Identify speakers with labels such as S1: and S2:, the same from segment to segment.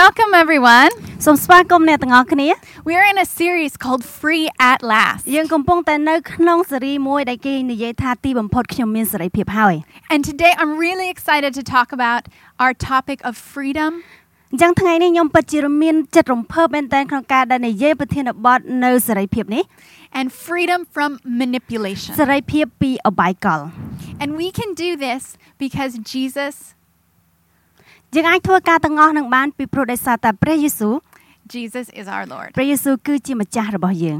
S1: Welcome, everyone.
S2: សូមស្វាគមន៍អ្នកទាំងអស់គ្នា
S1: We are in a series called Free at Last.
S2: យើងកំពុងតែនៅក្នុងស៊េរីមួយដែលគេនិយាយថាទីបំផុតខ្ញុំមានសេរីភាពហើយ
S1: And today I'm really excited to talk about our topic of freedom
S2: អញ្ចឹងថ្ងៃនេះខ្ញុំពិតជាមានចិត្តរំភើបមែនទែនក្នុងការដែលនិយាយប្រធានបទនៅសេរីភាពនេះ
S1: and freedom from manipulation.
S2: សេរីភាពពីអបាយកល
S1: and we can do this because Jesus
S2: យើងអាចធ្វើការទាំងអស់នឹងបានពីព្រោះដោយសារតែព្រះយេស៊ូវ
S1: Jesus is our Lord.
S2: ព្រះយេស៊ូវគឺជាម្ចាស់របស់យើង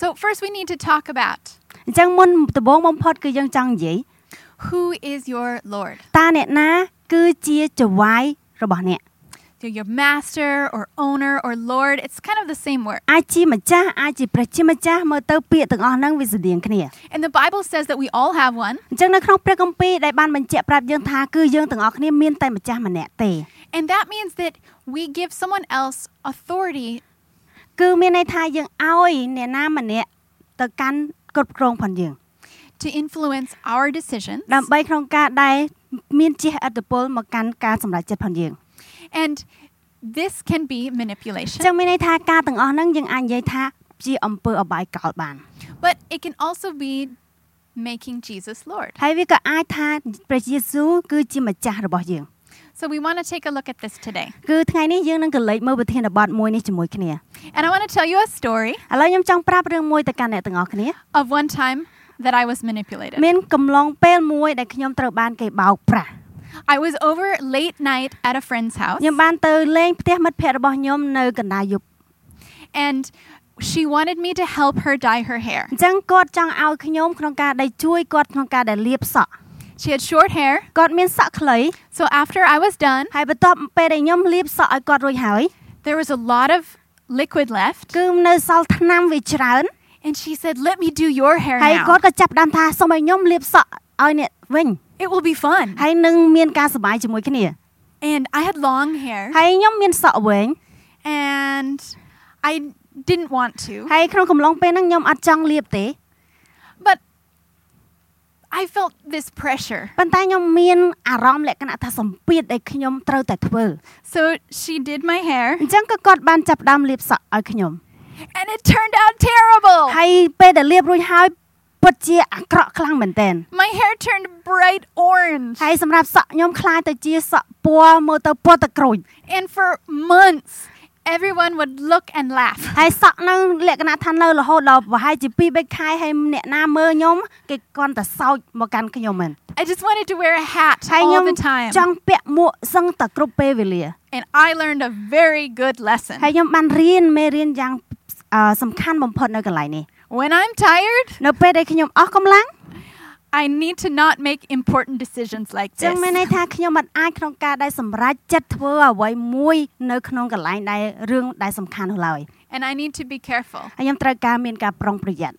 S1: So first we need to talk about
S2: អញ្ចឹងមុនដំបូងបំផុតគឺយើងចង់និយាយ
S1: who is your Lord?
S2: តើអ្នកណាគឺជាចវាយរបស់អ្នក
S1: So your master or owner or Lord, it's kind of the same word.
S2: អាចជាម្ចាស់អាចជាព្រះជាម្ចាស់មើលទៅពាក្យទាំងអស់ហ្នឹងវាស្រដៀងគ្នា
S1: And the Bible says that we all have one.
S2: អញ្ចឹងនៅក្នុងព្រះគម្ពីរដែលបានបញ្ជាក់ប្រាប់យើងថាគឺយើងទាំងអស់គ្នាមានតែម្ចាស់ម្នាក់ទេ
S1: And that means that we give someone else authority
S2: គឺមានន័យថាយើងឲ្យអ្នកណាម្នាក់ទៅកាន់គ្រប់គ្រងផងយើង
S1: to influence our decisions.
S2: ដើម្បីក្នុងការដែលមានជះអត្តពលមកកាន់ការសម្រេចចិត្តផងយើង
S1: And this can be
S2: អញ្ចឹ
S1: manipulation,
S2: ងមានន័យថាការទាំងអស់ហ្នឹងយើងអាចនិយាយថាជាអំពើអបាយកោតបាន
S1: but it can also be making Jesus Lord.
S2: ហើយវាក៏អាចថាព្រះយេស៊ូវគឺជាម្ចាស់របស់យើង
S1: So we want to take a look at this today.
S2: គឺថ្ងៃនេះយើងនឹងកលេចមើលប្រធានបទមួយនេះជាមួយគ្នា
S1: And I want to tell you a story
S2: ឥឡូវខ្ញុំចង់ប្រាប់រឿងមួយទៅកាន់អ្នកទាំងអស់គ្នា
S1: of one time that I was manipulated.
S2: មានកំឡុងពេលមួយដែលខ្ញុំត្រូវបានគេបោកប្រាស់
S1: I was over late night at a friend's house
S2: ខ្ញុំបានទៅលេងផ្ទះមិត្តភ័ក្តិរបស់ខ្ញុំនៅកណ្ដាលយប់
S1: and she wanted me to help her dye her hair.
S2: អញ្ចឹងគាត់ចង់ឲ្យខ្ញុំក្នុងការដែលជួយគាត់ក្នុងការដែលលាបសក់
S1: She had short hair,
S2: គាត់មានសក់ខ្លី
S1: so after I was done,
S2: ហើយបន្ទាប់ពេលដែលខ្ញុំលាបសក់ឲ្យគាត់រួចហើយ
S1: there was a lot of liquid left
S2: គឺនៅសល់ថ្នាំវាច្រើន
S1: and she said, "Let me do your hair
S2: ហើយ
S1: now.
S2: គាត់ក៏ចាប់ផ្ដើមថាសូមឲ្យខ្ញុំលាបសក់ឲ្យអ្នកវិញ
S1: It will be fun."
S2: ហើយនឹងមានការសប្បាយជាមួយគ្នា
S1: And I had long hair
S2: ហើយខ្ញុំមានសក់វែង
S1: and I didn't want to,
S2: ហើយក្នុងកំឡុងពេលហ្នឹងខ្ញុំអត់ចង់លាបទេ
S1: but I felt this pressure.
S2: ប៉ុន្តែខ្ញុំមានអារម្មណ៍លក្ខណៈថាសម្ពាធដែលខ្ញុំត្រូវតែធ្វើ
S1: So she did my hair
S2: អញ្ចឹងក៏គាត់បានចាប់ផ្ដើមលាបសក់ឲ្យខ្ញុំ
S1: and it turned out terrible.
S2: ហើយពេលដែលលាបរួចហើយពិតជាអាក្រក់ខ្លាំងមែនទែន
S1: My hair turned bright orange.
S2: ហើយសម្រាប់សក់ខ្ញុំคล้ายទៅជាសក់ពណ៌មើលទៅពណ៌ទឹកក្រូច
S1: And for months, everyone would look and laugh.
S2: ហើយសក់នៅលក្ខណៈថានៅរហូតដល់ប្រហែលជា2 3ខែហើយអ្នកណាមើលខ្ញុំគេគន់តែសោចមកកាន់ខ្ញុំមែន
S1: I just wanted to wear a hat
S2: ហើយខ្ញុំ
S1: all the time.
S2: ចង់ពាក់មួកសឹងតែគ្រប់ពេលវេលា
S1: And I learned a very good
S2: ហើយ
S1: lesson.
S2: ខ្ញុំបានរៀនមេរៀនយ៉ាងអឺសំខាន់បំផុតនៅកន្លែងនេះ
S1: When I'm tired,
S2: នៅពេលដែលខ្ញុំអស់កម្លាំង
S1: I need to not make important decisions like
S2: ចឹង
S1: this.
S2: មានន័យថាខ្ញុំមិនអាចក្នុងការដែលសម្រេចចិត្តធ្វើអ្វីមួយនៅក្នុងកន្លែងដែលរឿងដែលសំខាន់នោះឡើយ
S1: And I need to be careful.
S2: ហើយខ្ញុំត្រូវការមានការប្រុងប្រយ័ត្ន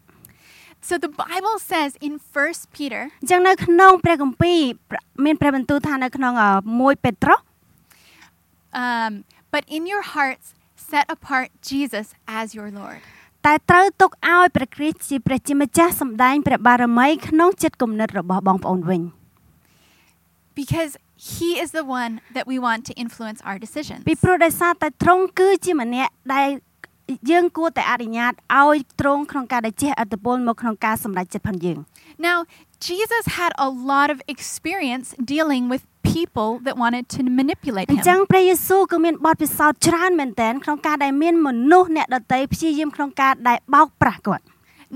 S1: So the Bible says in 1 Peter
S2: អញ្ចឹងនៅក្នុងព្រះគម្ពីរព្រះមានព្រះបន្ទូលថានៅក្នុងអឺ1ពេត្រុស
S1: Um, but in your hearts, set apart Jesus as your Lord.
S2: តែត្រូវទុកឲ្យព្រះគ្រីស្ទជាព្រះជាម្ចាស់សម្ដែងព្រះបារមីក្នុងចិត្តគំនិតរបស់បងប្អូនវិញ
S1: Because he is the one that we want to influence our decisions.
S2: ពីព្រោះដោយសារតែទ្រង់គឺជាម្នាក់ដែលយើងគួរតែអនុញ្ញាតឲ្យទ្រង់ក្នុងការដែលជះឥទ្ធិពលមកក្នុងការសម្រេចចិត្តផងយើង
S1: Now, Jesus had a lot of experience dealing with people that wanted to manipulate
S2: អ
S1: him.
S2: ញ្ចឹងព្រះយេស៊ូវក៏មានបទពិសោធន៍ច្រើនមែនទែនក្នុងការដែលមានមនុស្សអ្នកដតីព្យាយាមក្នុងការដែលបោកប្រាស់គាត់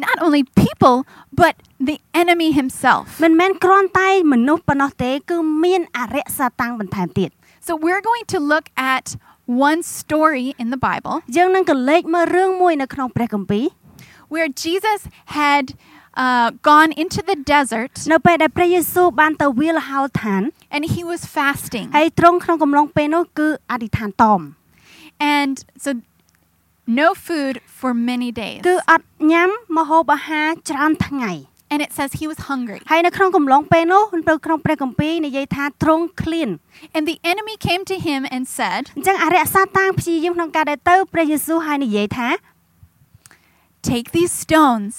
S1: Not only people, but the enemy himself.
S2: មិនមែនគ្រាន់តែមនុស្សប៉ុណ្ណោះទេ គឺមានអរិយសាតាំងបន្ថែមទៀត
S1: So we're going to look at one story in the Bible
S2: យើងនឹងកលេចមើលរឿងមួយនៅក្នុងព្រះគម្ពីរ
S1: where Jesus had uh, gone into the desert
S2: នៅពេលដែលព្រះយេស៊ូវបានទៅវាលហោឋាន
S1: and he was fasting.
S2: ហើយទ្រង់ក្នុងកំឡុងពេលនោះគឺអធិដ្ឋានតម
S1: And so no food for many days.
S2: គឺអត់ញ៉ាំម្ហូបអាហារច្រើនថ្ងៃ
S1: And it says he was hungry.
S2: ហើយនៅក្នុងកំឡុងពេលនោះនៅក្នុងព្រះគម្ពីរនិយាយថាទ្រង់ឃ្លាន
S1: And the enemy came to him and said,
S2: អញ្ចឹងអរិយសាតាំងព្យាយាមក្នុងការដែលទៅព្រះយេស៊ូវហើយនិយាយថា
S1: Take these stones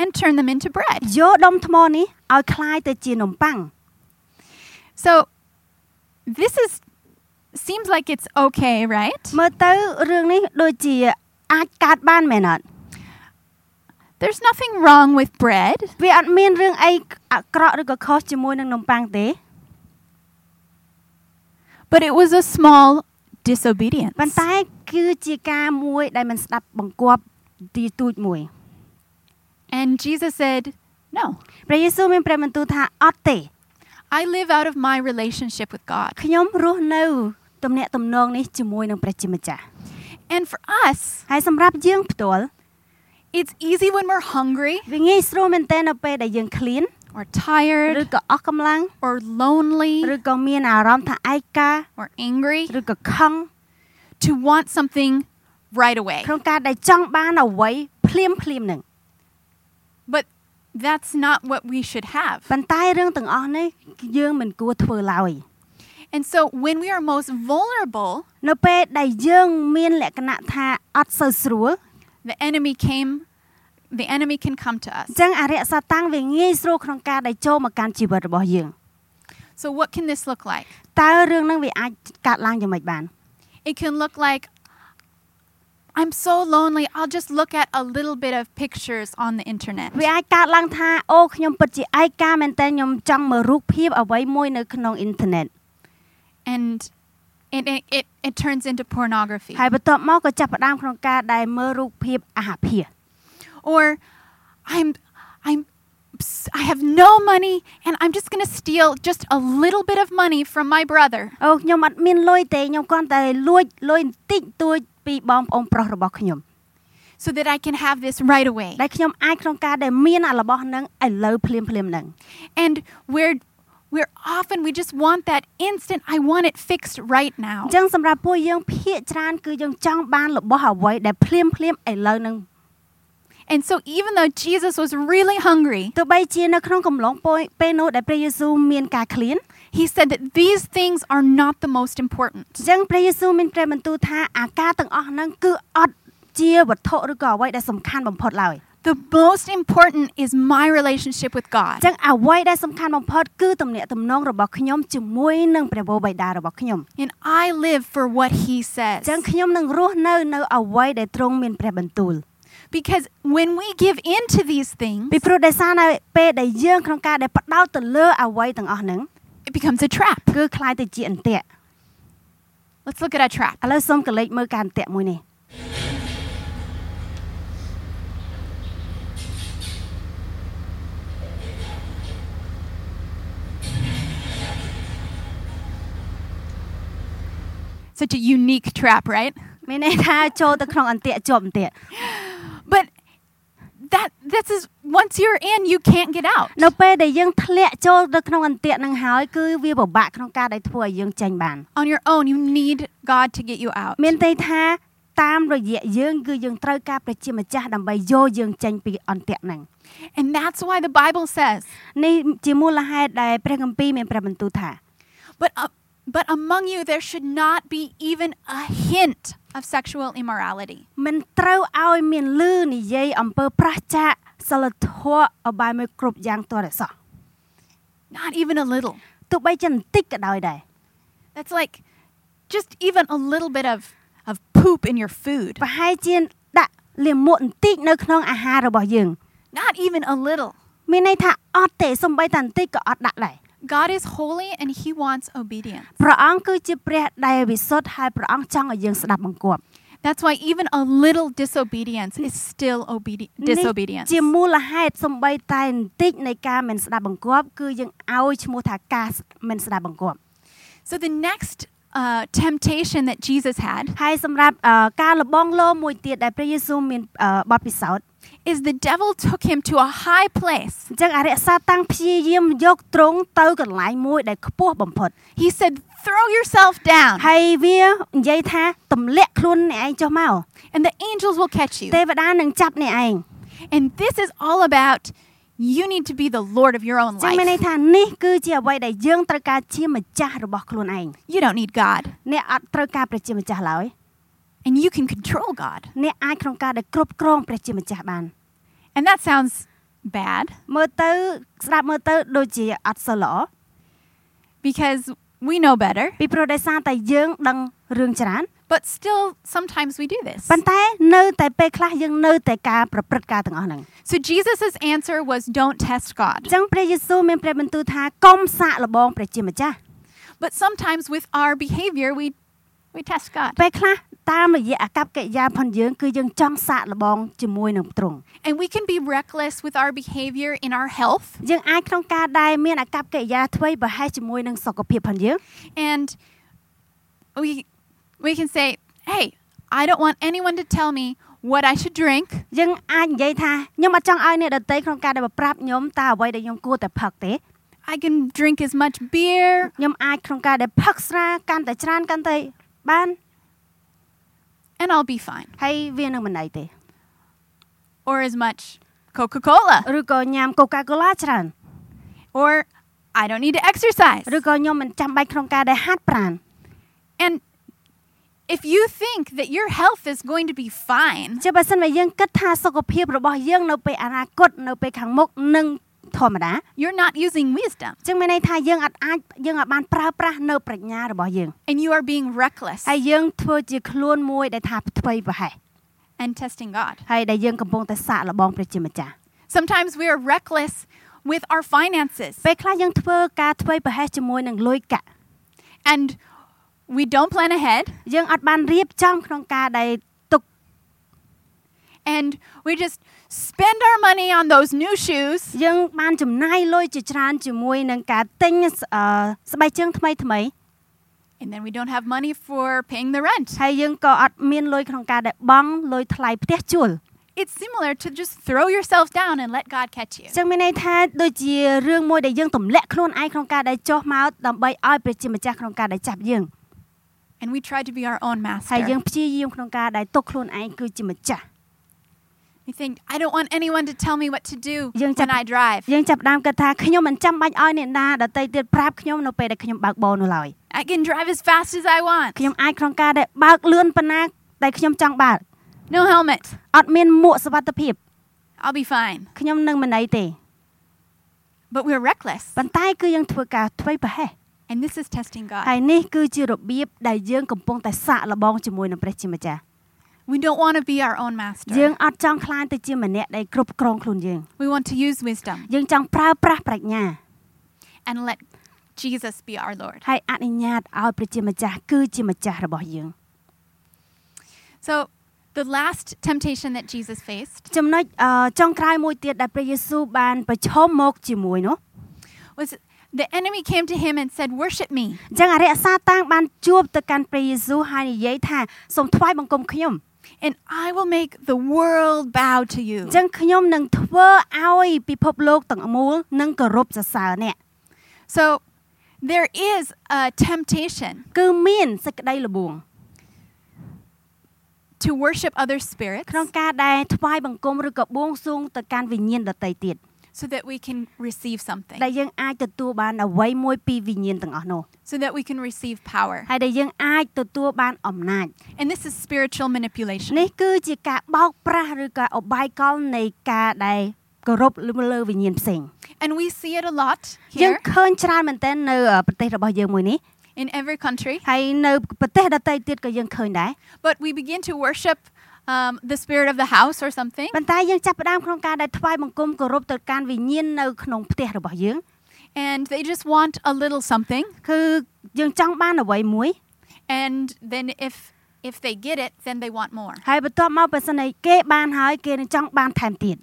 S1: and turn them into bread.
S2: យកដុំថ្មនេះឲ្យคล้ายទៅជានំប៉័ង
S1: So this is Seems like it's okay, right?
S2: មើលទៅរឿងនេះដូចជាអាចកើតបានមែនអត់
S1: There's nothing wrong with bread.
S2: វាអត់មានរឿងអីអាក្រក់ឬក៏ខុសជាមួយនឹងនំប៉័ងទេ
S1: But it was a small disobedience.
S2: ប៉ុន្តែគឺជាការមួយដែលមិនស្ដាប់បង្គាប់ទីទូចមួយ
S1: And Jesus said, No,
S2: ព្រះយេស៊ូវមានព្រះបន្ទូលថាអត់ទេ
S1: I live out of my relationship with God.
S2: ខ្ញុំរស់នៅទំនាក់ទំនងនេះជាមួយនឹងព្រះជាម្ចាស់
S1: And for us,
S2: ហើយសម្រាប់យើងផ្ទាល់
S1: it's easy when we're hungry
S2: វាងាយស្រួលមែនតើនៅពេលដែលយើងឃ្លាន
S1: or
S2: ឬ
S1: tired
S2: ក៏អស់កម្លាំង
S1: or lonely
S2: ឬក៏មានអារម្មណ៍ថាឯកា
S1: or angry
S2: ឬក៏ខឹង
S1: to want something right away.
S2: ក្នុងការដែលចង់បានអ្វីភ្លាមភ្លាមនឹង
S1: But that's not what we should have.
S2: ប៉ុន្តែរឿងទាំងអស់នេះយើងមិនគួរធ្វើឡើយ
S1: And so when we are most vulnerable,
S2: នៅពេលដែលយើងមានលក្ខណៈថាអត់សូវស្រួល
S1: the enemy came the enemy can come to us.
S2: អញ្ចឹងអរិយសត្តាំងវាងាយស្រួលក្នុងការដែលចូលមកកាន់ជីវិតរបស់យើង
S1: So what can this look like?
S2: តើរឿងហ្នឹងវាអាចកាត់ឡើងយ៉ាងម៉េចបាន
S1: It can look like I'm so lonely. I'll just look at a little bit of pictures on the internet.
S2: វាអាចកើតឡើងថាអូខ្ញុំពិតជាឯកាមែនតើខ្ញុំចង់មើលរូបភាពអ្វីមួយនៅក្នុងអ៊ីនធឺណិត
S1: And it, it, it, it turns into pornography.
S2: ហើយបន្ទាប់មកក៏ចាប់ផ្ដើមក្នុងការដែលមើលរូបភាពអាហារភាស
S1: Or I'm, I'm, I have no money and I'm just going to steal just a little bit of money from my brother.
S2: អូខ្ញុំអត់មានលុយទេខ្ញុំគ្រាន់តែលួចលុយបន្តិចតួចពីបងប្អូនប្រុសរបស់ខ្ញុំ
S1: so that I can have this right away.
S2: ដែលខ្ញុំអាចក្នុងការដែលមានអារបស់ហ្នឹងឥឡូវភ្លាមភ្លាមហ្នឹង
S1: And we're we're often we just want that instant. I want it fixed right
S2: អ
S1: now.
S2: ញ្ចឹងសម្រាប់ពួកយើងភាកច្រើនគឺយើងចង់បានរបស់អ្វីដែលភ្លាមភ្លាមឥឡូវហ្នឹង
S1: And so even though Jesus was really hungry,
S2: ទោះបីជានៅក្នុងកំឡុងពេលពេលនោះដែលព្រះយេស៊ូវមានការឃ្លាន
S1: he said that these things are not the most
S2: អ
S1: important.
S2: ញ្ចឹងព្រះយេស៊ូវមានព្រះបន្ទូលថាអាការទាំងអស់ហ្នឹងគឺអត់ជាវត្ថុឬក៏អ្វីដែលសំខាន់បំផុតឡើយ
S1: The most important is my relationship with
S2: អ
S1: God.
S2: ញ្ចឹងអ្វីដែលសំខាន់បំផុតគឺទំនាក់ទំនងរបស់ខ្ញុំជាមួយនឹងព្រះវរបិតារបស់ខ្ញុំ
S1: And I live for what he
S2: អ
S1: says.
S2: ញ្ចឹងខ្ញុំនឹងរស់នៅនៅអ្វីដែលទ្រង់មានព្រះបន្ទូល
S1: Because when we give in to these things,
S2: ពីព្រោះដោយសារនៅពេលដែលយើងក្នុងការដែលផ្ដោតទៅលើអ្វីទាំងអស់ហ្នឹង
S1: it becomes a trap.
S2: គឺคล้ายទៅជាអន្ទាក់
S1: Let's look at a trap.
S2: ឥឡូវសូមកលេចមើលការអន្ទាក់មួយនេះ
S1: Such a unique trap, right?
S2: មានន័យថាចូលទៅក្នុងអន្ទាក់ជាប់អន្ទាក់
S1: But that this is once you're in, you can't get out.
S2: នៅពេលដែលយើងធ្លាក់ចូលទៅក្នុងអន្ទាក់ហ្នឹងហើយគឺវាពិបាកក្នុងការដែលធ្វើឲ្យយើងចេញបាន
S1: on your own. You need God to get you out.
S2: មានន័យថាតាមរយៈយើងគឺយើងត្រូវការព្រះជាម្ចាស់ដើម្បីយកយើងចេញពីអន្ទាក់ហ្នឹង
S1: And that's why the Bible says,
S2: នេះជាមូលហេតុដែលព្រះគម្ពីរមានព្រះបន្ទូលថា
S1: but, uh, but among you there should not be even a hint of sexual immorality.
S2: មិនត្រូវឲ្យមានលឺនិយាយអំពើប្រះចាកសិលធម៌អបាយមួយគ្រប់យ៉ាងទាល់តែសោះ
S1: Not even a little.
S2: ទោះបីជាបន្តិចក៏ដោយដែរ
S1: That's like just even a little bit of, of poop in your food.
S2: ប្រហែលជាដាក់លាមកបន្តិចនៅក្នុងអាហាររបស់យើង
S1: Not even a little.
S2: មានន័យថាអត់ទេសំបីតែបន្តិចក៏អត់ដាក់ដែរ
S1: God is holy and he wants obedience.
S2: ព្រះអង្គគឺជាព្រះដែលវិសុទ្ធហើយព្រះអង្គចង់ឲ្យយើងស្ដាប់បង្គាប់
S1: That's why even a little disobedience is still obedi-
S2: នេះ
S1: disobedience.
S2: ជាមូលហេតុសំបីតែបន្តិចនៃការមិនស្ដាប់បង្គាប់គឺយើងឲ្យឈ្មោះថាការមិនស្ដាប់បង្គាប់
S1: So the next uh, temptation that Jesus had
S2: ហើយសម្រាប់អឺការលបងលោមួយទៀតដែលព្រះយេស៊ូវមានអឺបទពិសោធន៍
S1: is the devil took him to a high place
S2: អញ្ចឹងអរិយសាស្ត្រតាំងព្យាយាមយកទ្រង់ទៅកន្លែងមួយដែលខ្ពស់បំផុត
S1: He said, Throw yourself down,
S2: ហើយវានិយាយថាទម្លាក់ខ្លួនអ្នកឯងចុះមក
S1: and the angels will catch you.
S2: ទេវតានឹងចាប់អ្នកឯង
S1: And this is all about you need to be the Lord of your own
S2: អញ្ចឹងមានន័យ
S1: life.
S2: ថានេះគឺជាអ្វីដែលយើងត្រូវការជាម្ចាស់របស់ខ្លួនឯង
S1: You don't need God,
S2: អ្នកអត់ត្រូវការព្រះជាម្ចាស់ឡើយ
S1: and you can control God.
S2: អ្នកអាចក្នុងការដែលគ្រប់គ្រងព្រះជាម្ចាស់បាន
S1: And that sounds bad
S2: មើលទៅស្ដាប់មើលទៅដូចជាអត់សូវល្អ
S1: because We know better,
S2: ពីព្រោះដោយសារតែយើងដឹងរឿងច្រើន
S1: but still, sometimes we do this.
S2: ប៉ុន្តែនៅតែពេលខ្លះយើងនៅតែការប្រព្រឹត្តការទាំងអស់ហ្នឹង
S1: So Jesus' answer was don't test
S2: អ
S1: God.
S2: ញ្ចឹងព្រះយេស៊ូវមានព្រះបន្ទូលថាកុំសាកល្បងព្រះជាម្ចាស់
S1: But sometimes with our behavior, we, we test God.
S2: ពេលខ្លះតាមរយៈអកប្បកិរិយាផងយើងគឺយើងចង់សាកល្បងជាមួយនឹងទ្រង់
S1: And we can be reckless with our behavior in our health.
S2: យើងអាចក្នុងការដែលមានអកប្បកិរិយាថ្មីប្រហែលជាមួយនឹងសុខភាពផងយើង
S1: And we, we can say, hey, I don't want anyone to tell me what I should drink.
S2: យើងអាចនិយាយថាខ្ញុំអត់ចង់ឲ្យអ្នកដទៃក្នុងការដែលប្រាប់ខ្ញុំតើអ្វីដែលខ្ញុំគួរតែផឹកទេ
S1: I can drink as much beer
S2: ខ្ញុំអាចក្នុងការដែលផឹកស្រាកាន់តែច្រើនកាន់តែបាន
S1: and I'll be fine.
S2: ហើយវានឹងមិនណៃទេ
S1: Or as much Coca Cola.
S2: ឬក៏ញ៉ាំ Coca-Cola ច្រើន
S1: Or I don't need to exercise.
S2: ឬក៏ខ្ញុំមិនចាំបាច់ក្នុងការដែលហាត់ប្រាណ
S1: And if you think that your health is going to be fine,
S2: ជាបើសិនបើយើងគិតថាសុខភាពរបស់យើងនៅពេលអនាគតនៅពេលខាងមុខនឹងធម្មតា
S1: you're not using wisdom
S2: ចឹងមានន័យថាយើងអត់អាចយើងអត់បានប្រើប្រាស់នៅប្រាជ្ញារបស់យើង
S1: and you are being reckless
S2: ហើយយើងធ្វើជាខ្លួនមួយដែលថាផ្ទុយប្រហែស
S1: and testing God.
S2: ហើយដែលយើងកំពុងតែសាកល្បងព្រះជាម្ចាស់
S1: Sometimes we are reckless with our finances
S2: ពេលខ្លះយើងធ្វើការផ្ទុយប្រហែសជាមួយនឹងលុយកាក់
S1: and we don't plan ahead
S2: យើងអត់បានរៀបចំក្នុងការដែលទុក
S1: and we just spend our money on those new shoes
S2: យើងបានចំណាយលុយជាច្រើនជាមួយនឹងការទិញអឺស្បែកជើងថ្មីថ្មី
S1: and then we don't have money for paying the rent.
S2: ហើយយើងក៏អត់មានលុយក្នុងការដែលបង់លុយថ្លៃផ្ទះជួល
S1: It's similar to just throw yourself down and let God catch you.
S2: ចឹងមានន័យថាដូចជារឿងមួយដែលយើងទម្លាក់ខ្លួនឯងក្នុងការដែលចោះមកដើម្បីឲ្យព្រះជាម្ចាស់ក្នុងការដែលចាប់យើង
S1: And we try to be our own master.
S2: ហើយយើងព្យាយាមក្នុងការដែលទុកខ្លួនឯងគឺជាម្ចាស់
S1: We think, I don't want anyone to tell me what to do
S2: Dân
S1: when
S2: chặt-
S1: I drive.
S2: យើងចាប់ផ្ដើមគិតថាខ្ញុំមិនចាំបាច់ឲ្យអ្នកណាដតីទៀតប្រាប់ខ្ញុំនៅពេលដែលខ្ញុំបើកបរនោះឡើយ
S1: I can drive as fast as I want.
S2: ខ្ញុំអាចក្នុងការដែលបើកលឿនប៉ុណ្ណាដែលខ្ញុំចង់បើក
S1: No helmet.
S2: អត់មានមួកសុវត្ថិភាព
S1: I'll be fine.
S2: ខ្ញុំនឹងមិនណីទេ
S1: But we're reckless.
S2: ប៉ុន្តែគឺយើងធ្វើការថ្មីប្រហែស
S1: And this is testing God.
S2: ហើយនេះគឺជារបៀបដែលយើងកំពុងតែសាកល្បងជាមួយនឹងព្រះជាម្ចាស់
S1: we don't want to be our own master.
S2: យើងអត់ចង់ខ្លាចទៅជាម្នាក់ដែលគ្រប់គ្រងខ្លួនយើង
S1: we want to use wisdom
S2: យើងចង់ប្រើប្រាស់ប្រាជ្ញា
S1: and let Jesus be our Lord.
S2: ហើយអនុញ្ញាតឲ្យព្រះជាម្ចាស់គឺជាម្ចាស់របស់យើង
S1: So, the last temptation that Jesus faced
S2: ចំណុចអឺចុងក្រោយមួយទៀតដែលព្រះយេស៊ូវបានប្រឈមមកជាមួយនោះ
S1: was the enemy came to him and said, Worship me.
S2: អញ្ចឹងអរិយសាតាំងបានជួបទៅកាន់ព្រះយេស៊ូវហើយនិយាយថាសូមថ្វាយបង្គំខ្ញុំ
S1: And I will make the world bow to
S2: អ
S1: you.
S2: ញ្ចឹងខ្ញុំនឹងធ្វើឲ្យពិភពលោកទាំងមូលនឹងគោរពសរសើរអ្នក
S1: So, there is a temptation
S2: គឺមានសេចក្តីល្បួង
S1: to worship other spirits
S2: ក្នុងការដែលថ្វាយបង្គំឬក៏បួងសួងទៅកាន់វិញ្ញាណដតីទៀត
S1: so that we can receive something,
S2: ដែលយើងអាចទទួលបានអ្វីមួយពីវិញ្ញាណទាំងអស់នោះ
S1: so that we can receive power.
S2: ហើយដែលយើងអាចទទួលបានអំណាច
S1: And this is spiritual manipulation.
S2: នេះគឺជាការបោកប្រាស់ឬក៏អបាយកលនៃការដែលគោរពលើវិញ្ញាណផ្សេង
S1: And we see it a lot
S2: យើង
S1: here
S2: ឃើញច្រើនមែនទែននៅប្រទេសរបស់យើងមួយនេះ
S1: in every country,
S2: ហើយនៅប្រទេសដទៃទៀតក៏យើងឃើញដែរ
S1: but we begin to worship um, the spirit of the house or something,
S2: ប៉ុន្តែយើងចាប់ផ្ដើមក្នុងការដែលថ្វាយបង្គំគោរពទៅកាន់វិញ្ញាណនៅក្នុងផ្ទះរបស់យើង
S1: and they just want a little something.
S2: គឺយើងចង់បានអ្វីមួយ
S1: And then if if they get it, then they want more.
S2: ហើយបន្ទាប់មកបើសិនឯគេបានហើយគេនឹងចង់បានថែមទៀត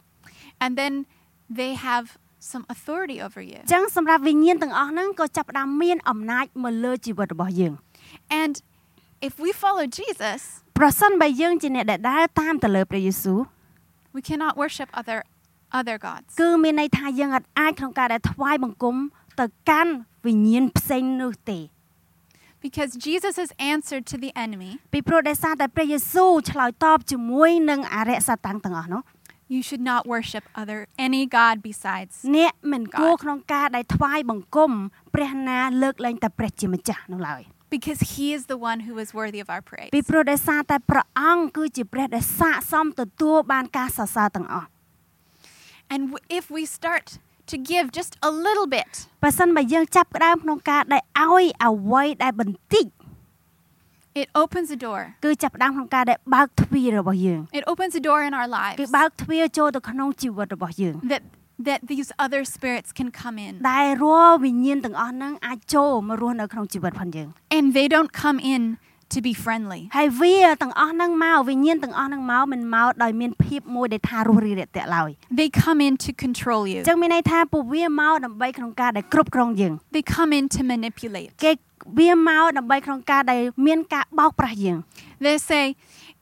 S1: And then they have some authority over you.
S2: អញ្ចឹងសម្រាប់វិញ្ញាណទាំងអស់ហ្នឹងក៏ចាប់ផ្ដើមមានអំណាចមកលើជីវិតរបស់យើង
S1: And if we follow Jesus,
S2: ប្រសិនបើយើងជាអ្នកដែលដើរតាមទៅលើព្រះយេស៊ូវ
S1: we cannot worship other other gods.
S2: គឺមានន័យថាយើងអត់អាចក្នុងការដែលថ្វាយបង្គំទៅកាន់វិញ្ញាណផ្សេងនោះទេ
S1: Because Jesus' answer to the enemy,
S2: ពីព្រោះដែលសារតែព្រះយេស៊ូវឆ្លើយតបជាមួយនឹងអរិយសត្វតាំងទាំងអស់នោះ
S1: you should not worship other any god besides
S2: អ្នកមិនគួរ
S1: God.
S2: ក្នុងការដែលថ្វាយបង្គំព្រះណាលើកលែងតែព្រះជាម្ចាស់នោះឡើយ
S1: because he is the one who is worthy of our praise.
S2: ពីព្រោះដែលសារតែព្រះអង្គគឺជាព្រះដែលស័ក្តិសមទទួលបានការសរសើរទាំងអស់
S1: And w- if we start to give just a little bit,
S2: បើសិនបើយើងចាប់ផ្ដើមក្នុងការដែលឲ្យអ្វីដែលបន្តិច
S1: it opens a door.
S2: គឺចាប់ផ្ដើមក្នុងការដែលបើកទ្វាររបស់យើង
S1: It opens a door in our
S2: គឺ
S1: lives
S2: បើកទ្វារចូលទៅក្នុងជីវិតរបស់យើង
S1: that that these other spirits can come in.
S2: ដែលរាល់វិញ្ញាណទាំងអស់ហ្នឹងអាចចូលមករស់នៅក្នុងជីវិតផងយើង
S1: And they don't come in to be friendly.
S2: ហើយវាទាំងអស់ហ្នឹងមកវិញ្ញាណទាំងអស់ហ្នឹងមកមិនមកដោយមានភាពមួយដែលថារស់រីរាក់ទាក់ឡើយ
S1: They come in to control you.
S2: អញ្ចឹងមានន័យថាពួកវាមកដើម្បីក្នុងការដែលគ្រប់គ្រងយើង
S1: They come in to manipulate.
S2: គេវាមកដើម្បីក្នុងការដែលមានការបោកប្រាស់យើង
S1: They say,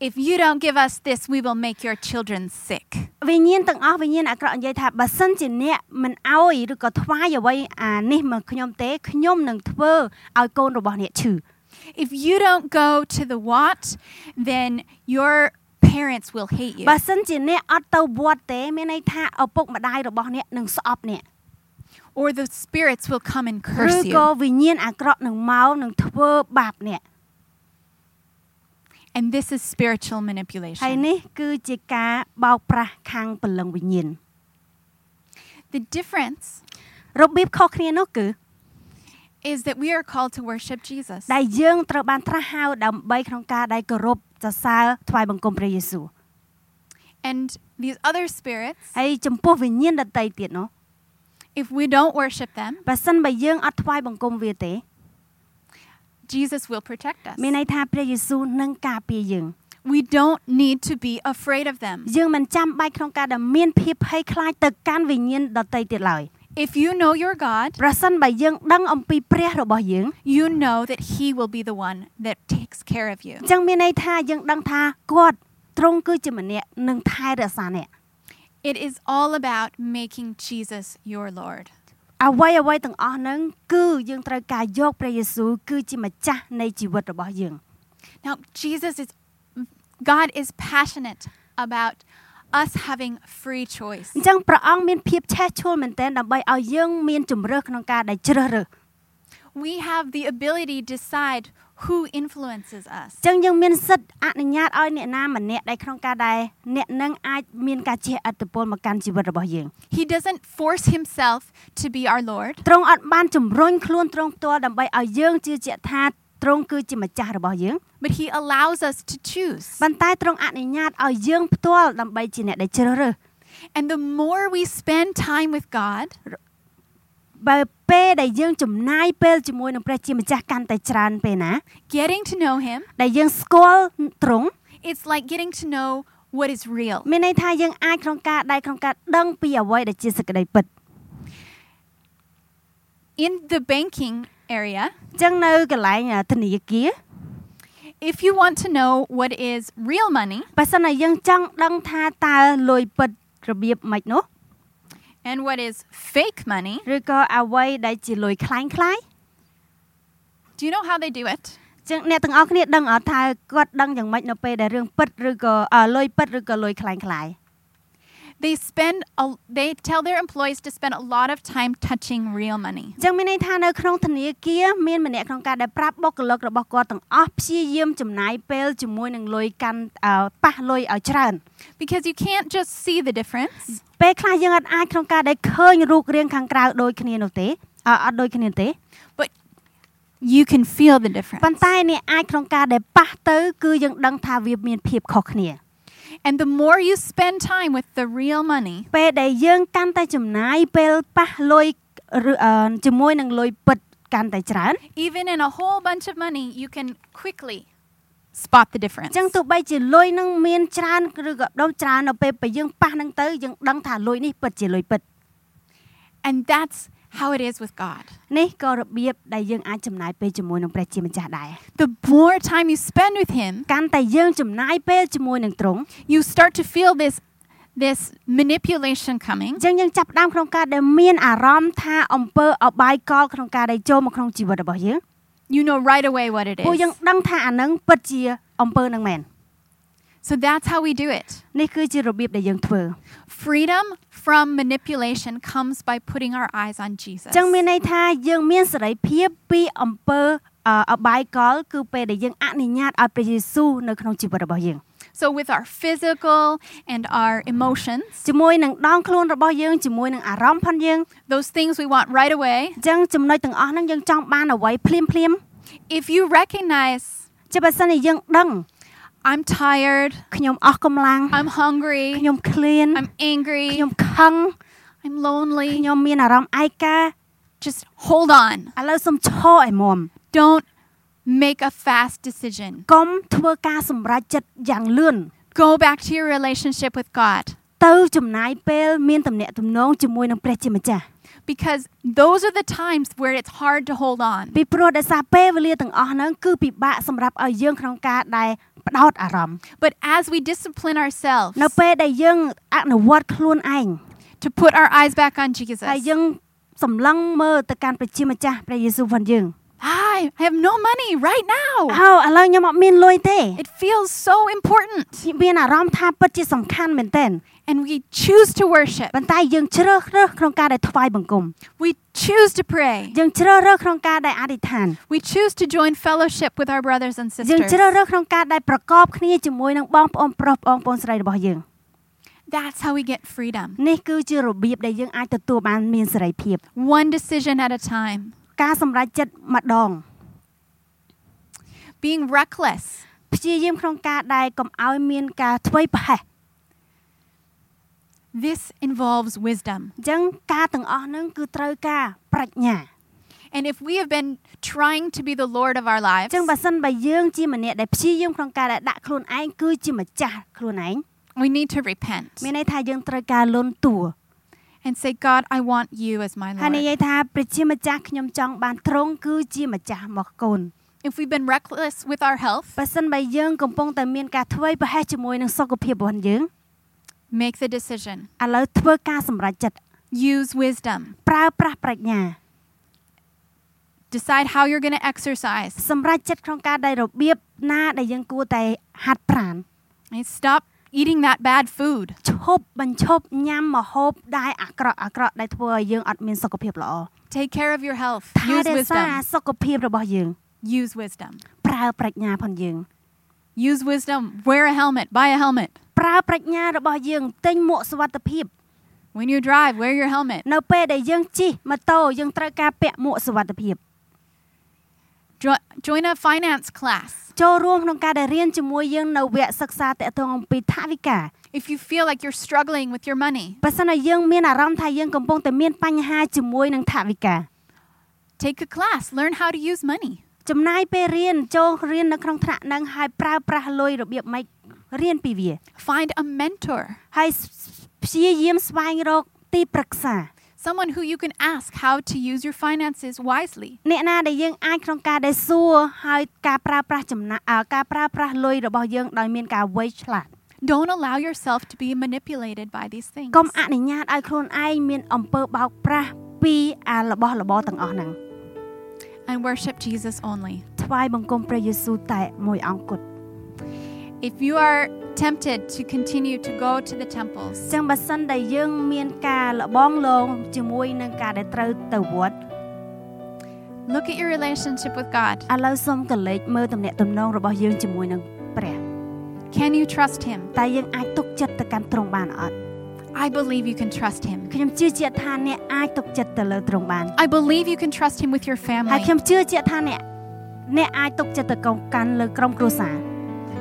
S1: if you don't give us this, we will make your children sick.
S2: វិញ្ញាណទាំងអស់វិញ្ញាណអាក្រក់និយាយថាបើសិនជាអ្នកមិនអោយឬក៏ថ្វាយអ្វីអានេះមកខ្ញុំទេខ្ញុំនឹងធ្វើឲ្យកូនរបស់អ្នកឈឺ
S1: If you don't go to the Wat, then your parents will hate you.
S2: បើសិនជាអ្នកអត់ទៅវត្តទេមានន័យថាឪពុកម្ដាយរបស់អ្នកនឹងស្អប់អ្នក
S1: or the spirits will come and
S2: ឬ
S1: curse
S2: ក៏
S1: you.
S2: វិញ្ញាណអាក្រក់នឹងមកនឹងធ្វើបាបអ្នក
S1: And this is spiritual
S2: ហើយ
S1: manipulation.
S2: នេះគឺជាការបោកប្រាស់ខាងព្រលឹងវិញ្ញាណ
S1: The difference
S2: របៀបខុសគ្នានោះគឺ
S1: is that we are called to worship Jesus.
S2: ដែលយើងត្រូវបានត្រាស់ហៅដើម្បីក្នុងការដែលគោរពសរសើរថ្វាយបង្គំព្រះយេស៊ូវ
S1: And these other spirits,
S2: ហើយចំពោះវិញ្ញាណដតីទៀតនោះ
S1: if we don't worship them,
S2: បើសិនបើយើងអត់ថ្វាយបង្គំវាទេ
S1: Jesus will protect us.
S2: មានន័យថាព្រះយេស៊ូវនឹងការពារយើង
S1: We don't need to be afraid of them.
S2: យើងមិនចាំបាច់ក្នុងការដែលមានភាពភ័យខ្លាចទៅកាន់វិញ្ញាណដតីទៀតឡើយ
S1: If you know your God,
S2: ប្រសិនបើយើងដឹងអំពីព្រះរបស់យើង
S1: you know that He will be the one that takes care of you.
S2: អញ្ចឹងមានន័យថាយើងដឹងថាគាត់ទ្រង់គឺជាម្នាក់នឹងថែរក្សាអ្នក
S1: It is all about making Jesus your Lord.
S2: អ្វីអ្វីទាំងអស់ហ្នឹងគឺយើងត្រូវការយកព្រះយេស៊ូវគឺជាម្ចាស់នៃជីវិតរបស់យើង
S1: Now, Jesus is, God is passionate about us having free choice.
S2: អញ្ចឹងព្រះអង្គមានភាពឆេះឆួលមែនទែនដើម្បីឲ្យយើងមានជំរើសក្នុងការដែលជ្រើសរើស
S1: We have the ability to decide who influences us.
S2: អញ្ចឹងយើងមានសិទ្ធិអនុញ្ញាតឲ្យអ្នកណាម្នាក់ដែលក្នុងការដែលអ្នកនឹងអាចមានការជះឥទ្ធិពលមកកាន់ជីវិតរបស់យើង
S1: He doesn't force Himself to be our Lord.
S2: ទ្រង់អត់បានជំរុញខ្លួនទ្រង់ផ្ទាល់ដើម្បីឲ្យយើងជឿជាក់ថាទ្រង់គឺជាម្ចាស់របស់យើង
S1: but he allows us to choose.
S2: ប៉ុន្តែទ្រង់អនុញ្ញាតឲ្យយើងផ្ទាល់ដើម្បីជាអ្នកដែលជ្រើសរើស
S1: And the more we spend time with God,
S2: បើពេលដែលយើងចំណាយពេលជាមួយនឹងព្រះជាម្ចាស់កាន់តែច្រើនពេលណា
S1: getting to know him,
S2: ដែលយើងស្គាល់ទ្រង់
S1: it's like getting to know what is real.
S2: មានន័យថាយើងអាចក្នុងការដែលក្នុងការដឹងពីអ្វីដែលជាសក្តីពិត
S1: In the banking area,
S2: អញ្ចឹងនៅកន្លែងអ่าធនាគារ
S1: if you want to know what is real money
S2: បើសិនណាយើងចង់ដឹងថាតើលុយពិតរបៀបម៉េចនោះ
S1: and what is fake money,
S2: ឬក៏អ្វីដែលជាលុយคล้ายคล้าย
S1: do you know how they do it?
S2: ចឹងអ្នកទាំងអស់គ្នាដឹងអត់ថាគាត់ដឹងយ៉ាងម៉េចនៅពេលដែលរឿងពិតឬក៏អ่าលុយពិតឬក៏លុយคล้ายคล้าย
S1: They spend a, they tell their employees to spend a lot of time touching real money.
S2: ចឹងមានន័យថានៅក្នុងធនាគារមានម្នាក់ក្នុងការដែលប្រាប់បុគ្គលិករបស់គាត់ទាំងអស់ព្យាយាមចំណាយពេលជាមួយនឹងលុយកាន់អ่าប៉ះលុយឲ្យច្រើន
S1: Because you can't just see the difference.
S2: ពេលខ្លះយើងអត់អាចក្នុងការដែលឃើញរូបរាងខាងក្រៅដូចគ្នានោះទេអ่าអត់ដូចគ្នាទេ
S1: You can feel the difference.
S2: ប៉ុន្តែអ្នកអាចក្នុងការដែលប៉ះទៅគឺយើងដឹងថាវាមានភាពខុសគ្នា
S1: And the more you spend time with the real money,
S2: ពេលដែលយើងកាន់តែចំណាយពេលប៉ះលុយឬអឺជាមួយនឹងលុយពិតកាន់តែច្រើន
S1: even in a whole bunch of money, you can quickly spot the
S2: អ
S1: difference.
S2: ញ្ចឹងទោះបីជាលុយនឹងមានច្រើនឬក៏ដុំច្រើននៅពេលពេលយើងប៉ះនឹងទៅយើងដឹងថាលុយនេះពិតជាលុយពិត
S1: And that's how it is with God.
S2: នេះក៏របៀបដែលយើងអាចចំណាយពេលជាមួយនឹងព្រះជាម្ចាស់ដែរ
S1: The more time you spend with Him,
S2: កាន់តែយើងចំណាយពេលជាមួយនឹងទ្រង់
S1: you start to feel this, this manipulation coming.
S2: អញ្ចឹងយើងចាប់ផ្ដើមក្នុងការដែលមានអារម្មណ៍ថាអំពើអបាយកលក្នុងការដែលចូលមកក្នុងជីវិតរបស់យើង
S1: You know right away what it
S2: ពួកយើង
S1: is.
S2: ដឹងថាអានឹងពិតជាអំពើនឹងមែន
S1: So that's how we do it.
S2: នេះគឺជារបៀបដែលយើងធ្វើ
S1: Freedom from manipulation comes by putting our eyes on
S2: អ
S1: Jesus.
S2: ញ្ចឹងមានន័យថាយើងមានសេរីភាពពីអំពើអអបាយកលគឺពេលដែលយើងអនុញ្ញាតឲ្យព្រះយេស៊ូវនៅក្នុងជីវិតរបស់យើង
S1: So, with our physical and our emotions,
S2: ជាមួយនឹងដងខ្លួនរបស់យើងជាមួយនឹងអារម្មណ៍ផនយើង
S1: those things we want right away,
S2: អញ្ចឹងចំណុចទាំងអស់ហ្នឹងយើងចង់បានអ្វីភ្លាមភ្លាម
S1: if you recognize,
S2: ជាបើសិនជាយើងដឹង
S1: I'm tired,
S2: ខ្ញុំអស់កម្លាំង
S1: I'm hungry,
S2: ខ្ញុំឃ្លាន
S1: I'm
S2: ខ្ញ
S1: angry,
S2: ុំខឹង
S1: I'm lonely,
S2: ខ្ញុំមានអារម្មណ៍ឯកាឥ
S1: just hold on.
S2: ឡូវសុំឈរឲ្យមុំ
S1: Don't make a fast decision.
S2: កុំធ្វើការសម្រេចចិត្តយ៉ាងលឿន
S1: Go back to your relationship with God
S2: ទៅចំណាយពេលមានទំនាក់ទំនងជាមួយនឹងព្រះជាម្ចាស់
S1: because those are the times where it's hard to hold on.
S2: ពីព្រោះដោយសារពេលវេលាទាំងអស់ហ្នឹងគឺពិបាកសម្រាប់ឲ្យយើងក្នុងការដែលផ្ដោតអារម្មណ៍
S1: But as we discipline ourselves
S2: នៅពេលដែលយើងអនុវត្តខ្លួនឯង
S1: to put our eyes back on
S2: ហើយ
S1: Jesus,
S2: យើងសម្លឹងមើលទៅកាន់ព្រះជាម្ចាស់ព្រះយេស៊ូវរបស់យើង
S1: I, I have no money right now.
S2: អូឥឡូវខ្ញុំអត់មានលុយទេ
S1: It feels so important.
S2: ខ្ញុំមានអារម្មណ៍ថាពិតជាសំខាន់មែនទែន
S1: And we choose to worship,
S2: ប៉ុន្តែយើងជ្រើសរើសក្នុងការដែលថ្វាយបង្គំ
S1: we choose to pray,
S2: យើងជ្រើសរើសក្នុងការដែលអធិដ្ឋាន
S1: we choose to join fellowship with our brothers and
S2: យើង
S1: sisters.
S2: ជ្រើសរើសក្នុងការដែលប្រកបគ្នាជាមួយនឹងបងប្អូនប្រុសបងប្អូនស្រីរបស់យើង
S1: That's how we get freedom,
S2: នេះគឺជារបៀបដែលយើងអាចទទួលបានមានសេរីភាព
S1: one decision at a time.
S2: ការសម្រេចចិត្តម្ដង
S1: Being reckless,
S2: ព្យាយាមក្នុងការដែលកុំឲ្យមានការធ្វេសប្រហែស
S1: this involves wisdom.
S2: អញ្ចឹងការទាំងអស់ហ្នឹងគឺត្រូវការប្រាជ្ញា
S1: And if we have been trying to be the Lord of our
S2: អ
S1: lives,
S2: ញ្ចឹងបើសិនបើយើងជាម្នាក់ដែលព្យាយាមក្នុងការដែលដាក់ខ្លួនឯងគឺជាម្ចាស់ខ្លួនឯង
S1: we need to repent
S2: មានន័យថាយើងត្រូវការលន់តួ
S1: and say, God, I want you as my
S2: ហើយនិ
S1: Lord.
S2: យាយថាព្រះជាម្ចាស់ខ្ញុំចង់បានត្រង់គឺជាម្ចាស់មកកូន
S1: If we've been reckless with our health,
S2: បើសិនបើយើងកំពុងតែមានការធ្វេសប្រហែសជាមួយនឹងសុខភាពរបស់យើង
S1: make the decision.
S2: ឥឡូវធ្វើការសម្រេចចិត្ត
S1: Use wisdom.
S2: ប្រើប្រាស់ប្រាជ្ញា
S1: Decide how you're going to exercise.
S2: សម្រេចចិត្តក្នុងការដែលរបៀបណាដែលយើងគួរតែហាត់ប្រាណ
S1: And stop eating that bad food.
S2: ឈប់បញ្ឈប់ញ៉ាំម្ហូបដែលអាក្រក់អាក្រក់ដែលធ្វើឲ្យយើងអត់មានសុខភាពល្អ
S1: Take care of your health.
S2: ថែ
S1: Use
S2: រ
S1: wisdom.
S2: ក្សាសុខភាពរបស់យើង
S1: Use wisdom.
S2: ប្រើប្រាជ្ញាផងយើង
S1: Use wisdom. Wear a helmet. Buy a helmet.
S2: ប្រើប្រាជ្ញារបស់យើងទិញមួកសុវត្ថិភាព
S1: When you drive, wear your helmet.
S2: នៅពេលដែលយើងជិះម៉ូតូយើងត្រូវការពាក់មួកសុវត្ថិភាព
S1: Jo- join a finance class.
S2: ចូលរួមក្នុងការដែលរៀនជាមួយយើងនៅវគ្គសិក្សាតាក់ទងអំពីថវិកា
S1: If you feel like you're struggling with your money,
S2: បើសិនជាយើងមានអារម្មណ៍ថាយើងកំពុងតែមានបញ្ហាជាមួយនឹងថវិកា
S1: take a class. Learn how to use money.
S2: ចំណាយពេលរៀនចូលរៀននៅក្នុងថ្នាក់ហ្នឹងហើយប្រើប្រាស់លុយរបៀបម៉េចរៀនពីវា
S1: Find a mentor,
S2: ហើយព្យាយាមស្វែងរកទីប្រឹក្សា
S1: someone who you can ask how to use your finances wisely.
S2: អ្នកណាដែលយើងអាចក្នុងការដែលសួរហើយការប្រើប្រាស់ចំណាអ่าការប្រើប្រាស់លុយរបស់យើងដោយមានការវៃឆ្លាត
S1: Don't allow yourself to be manipulated by these things.
S2: កុំអនុញ្ញាតឲ្យខ្លួនឯងមានអំពើបោកប្រាស់ពីអារបស់របរទាំងអស់ហ្នឹង
S1: and worship Jesus only.
S2: ថ្វាយបង្គំព្រះយេស៊ូវតែមួយអង្គគត់
S1: If you are tempted to continue to go to the temples,
S2: ចឹងបើសិនដែលយើងមានការលបងលងជាមួយនឹងការដែលត្រូវទៅវត្ត
S1: look at your relationship with God.
S2: ឥឡូវសូមកលេចមើលទំនាក់ទំនងរបស់យើងជាមួយនឹងព្រះ
S1: Can you trust Him?
S2: តែយើងអាចទុកចិត្តទៅកាន់ទ្រង់បានអត់
S1: I believe you can trust Him.
S2: ខ្ញុំជឿជាក់ថាអ្នកអាចទុកចិត្តទៅលើទ្រង់បាន
S1: I believe you can trust Him with your
S2: ហើយ
S1: family.
S2: ខ្ញុំជឿជាក់ថាអ្នកអ្នកអាចទុកចិត្តទៅកាន់លើក្រុមគ្រួសារ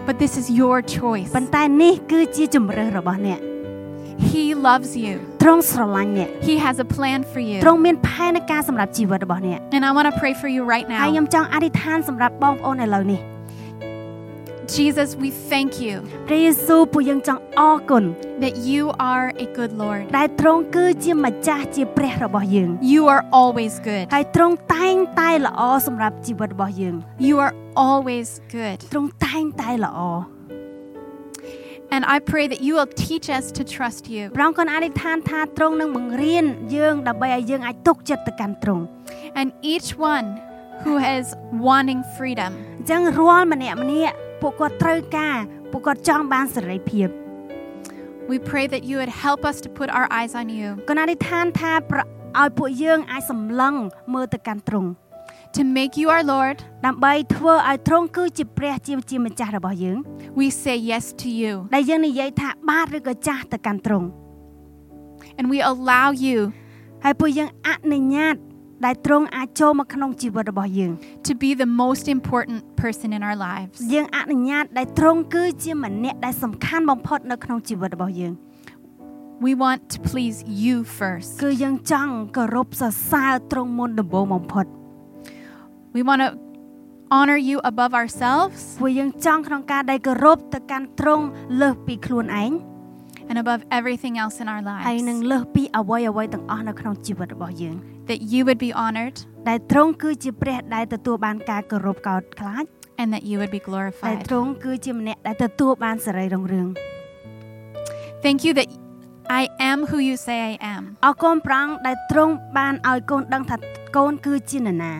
S1: But this is your choice.
S2: ប៉ុន្តែនេះគឺជាជំរើសរបស់អ្នក
S1: He loves you,
S2: ទ្រង់ស្រឡាញ់អ្នក
S1: He has a plan for you.
S2: ទ្រង់មានផែនការសម្រាប់ជីវិតរបស់អ្នក
S1: And I want to pray for you right
S2: ហើយខ្ញុំ
S1: now.
S2: ចង់អធិដ្ឋានសម្រាប់បងប្អូនឥឡូវនេះ
S1: Jesus, we thank you
S2: ព្រះយេស៊ូវពួកយើងចង់អរគុណ
S1: that you are a good Lord.
S2: ដែលទ្រង់គឺជាម្ចាស់ជាព្រះរបស់យើង
S1: You are always good.
S2: ហើយទ្រង់តែងតែល្អសម្រាប់ជីវិតរបស់យើង
S1: You are always good.
S2: ទ្រង់តែងតែល្អ
S1: And I pray that you will teach us to trust you.
S2: ព្រះអង្គក៏អធិដ្ឋានថាទ្រង់នឹងបង្រៀនយើងដើម្បីឲ្យយើងអាចទុកចិត្តទៅកាន់ទ្រង់
S1: And each one who is wanting freedom,
S2: អញ្ចឹងរាល់ម្នាក់ម្នាក់ពួកគាត់ត្រូវការពួកគាត់ចង់បានសេរីភាព
S1: we pray that you would help us to put our eyes on you,
S2: ក៏អធិដ្ឋានថាប្រឲ្យពួកយើងអាចសម្លឹងមើលទៅកាន់ទ្រង់
S1: to make you our Lord,
S2: ដើម្បីធ្វើឲ្យទ្រង់គឺជាព្រះជាជាម្ចាស់របស់យើង
S1: we say yes to you
S2: ដែលយើងនិយាយថាបាទឬក៏ចាស់ទៅកាន់ទ្រង់
S1: and we allow you
S2: ហើយពួកយើងអនុញ្ញាតដែលទ្រង់អាចចូលមកក្នុងជីវិតរបស់យើង
S1: to be the most important person in our lives.
S2: យើងអនុញ្ញាតដែលទ្រង់គឺជាម្នាក់ដែលសំខាន់បំផុតនៅក្នុងជីវិតរបស់យើង
S1: We want to please you first.
S2: គឺយើងចង់គោរពសរសើរទ្រង់មុនដំបូងបំផុត
S1: We want to honor you above ourselves
S2: ពួកយើងចង់ក្នុងការដែលគោរពទៅកាន់ទ្រង់លើសពីខ្លួនឯង
S1: and above everything else in our
S2: ហើយនឹង
S1: lives.
S2: លើសពីអ្វីអ្វីៗទាំងអស់នៅក្នុងជីវិតរបស់យើង
S1: That you would be honored
S2: ដែលទ្រង់គឺជាព្រះដែលទទួលបានការគោរពកោតខ្លាច
S1: and that you would be
S2: ដែល
S1: glorified.
S2: ទ្រង់គឺជាម្នាក់ដែលទទួលបានសេរីរុងរឿង
S1: Thank you that I am who you say I am.
S2: អរគុណប្រអងគដែលទ្រង់បានឲ្យកូនដឹងថាកូនគឺជានរណា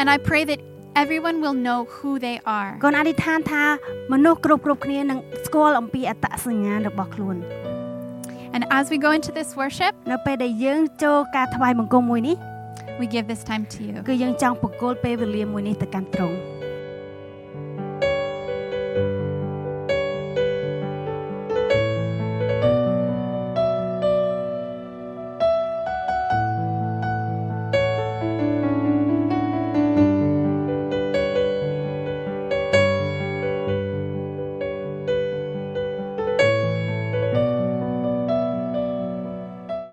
S1: And I pray that everyone will know who they are
S2: កូនអធិដ្ឋានថាមនុស្សគ្រប់គ្រប់គ្នានឹងស្គាល់អំពីអត្តសញ្ញាណរបស់ខ្លួន
S1: And as we go into this worship,
S2: នៅពេលដែលយើងចូលការថ្វាយបង្គំមួយនេះ
S1: we give this time to you.
S2: គឺយើងចង់បកគោលពេលវេលាមួយនេះទៅកាន់ទ្រង់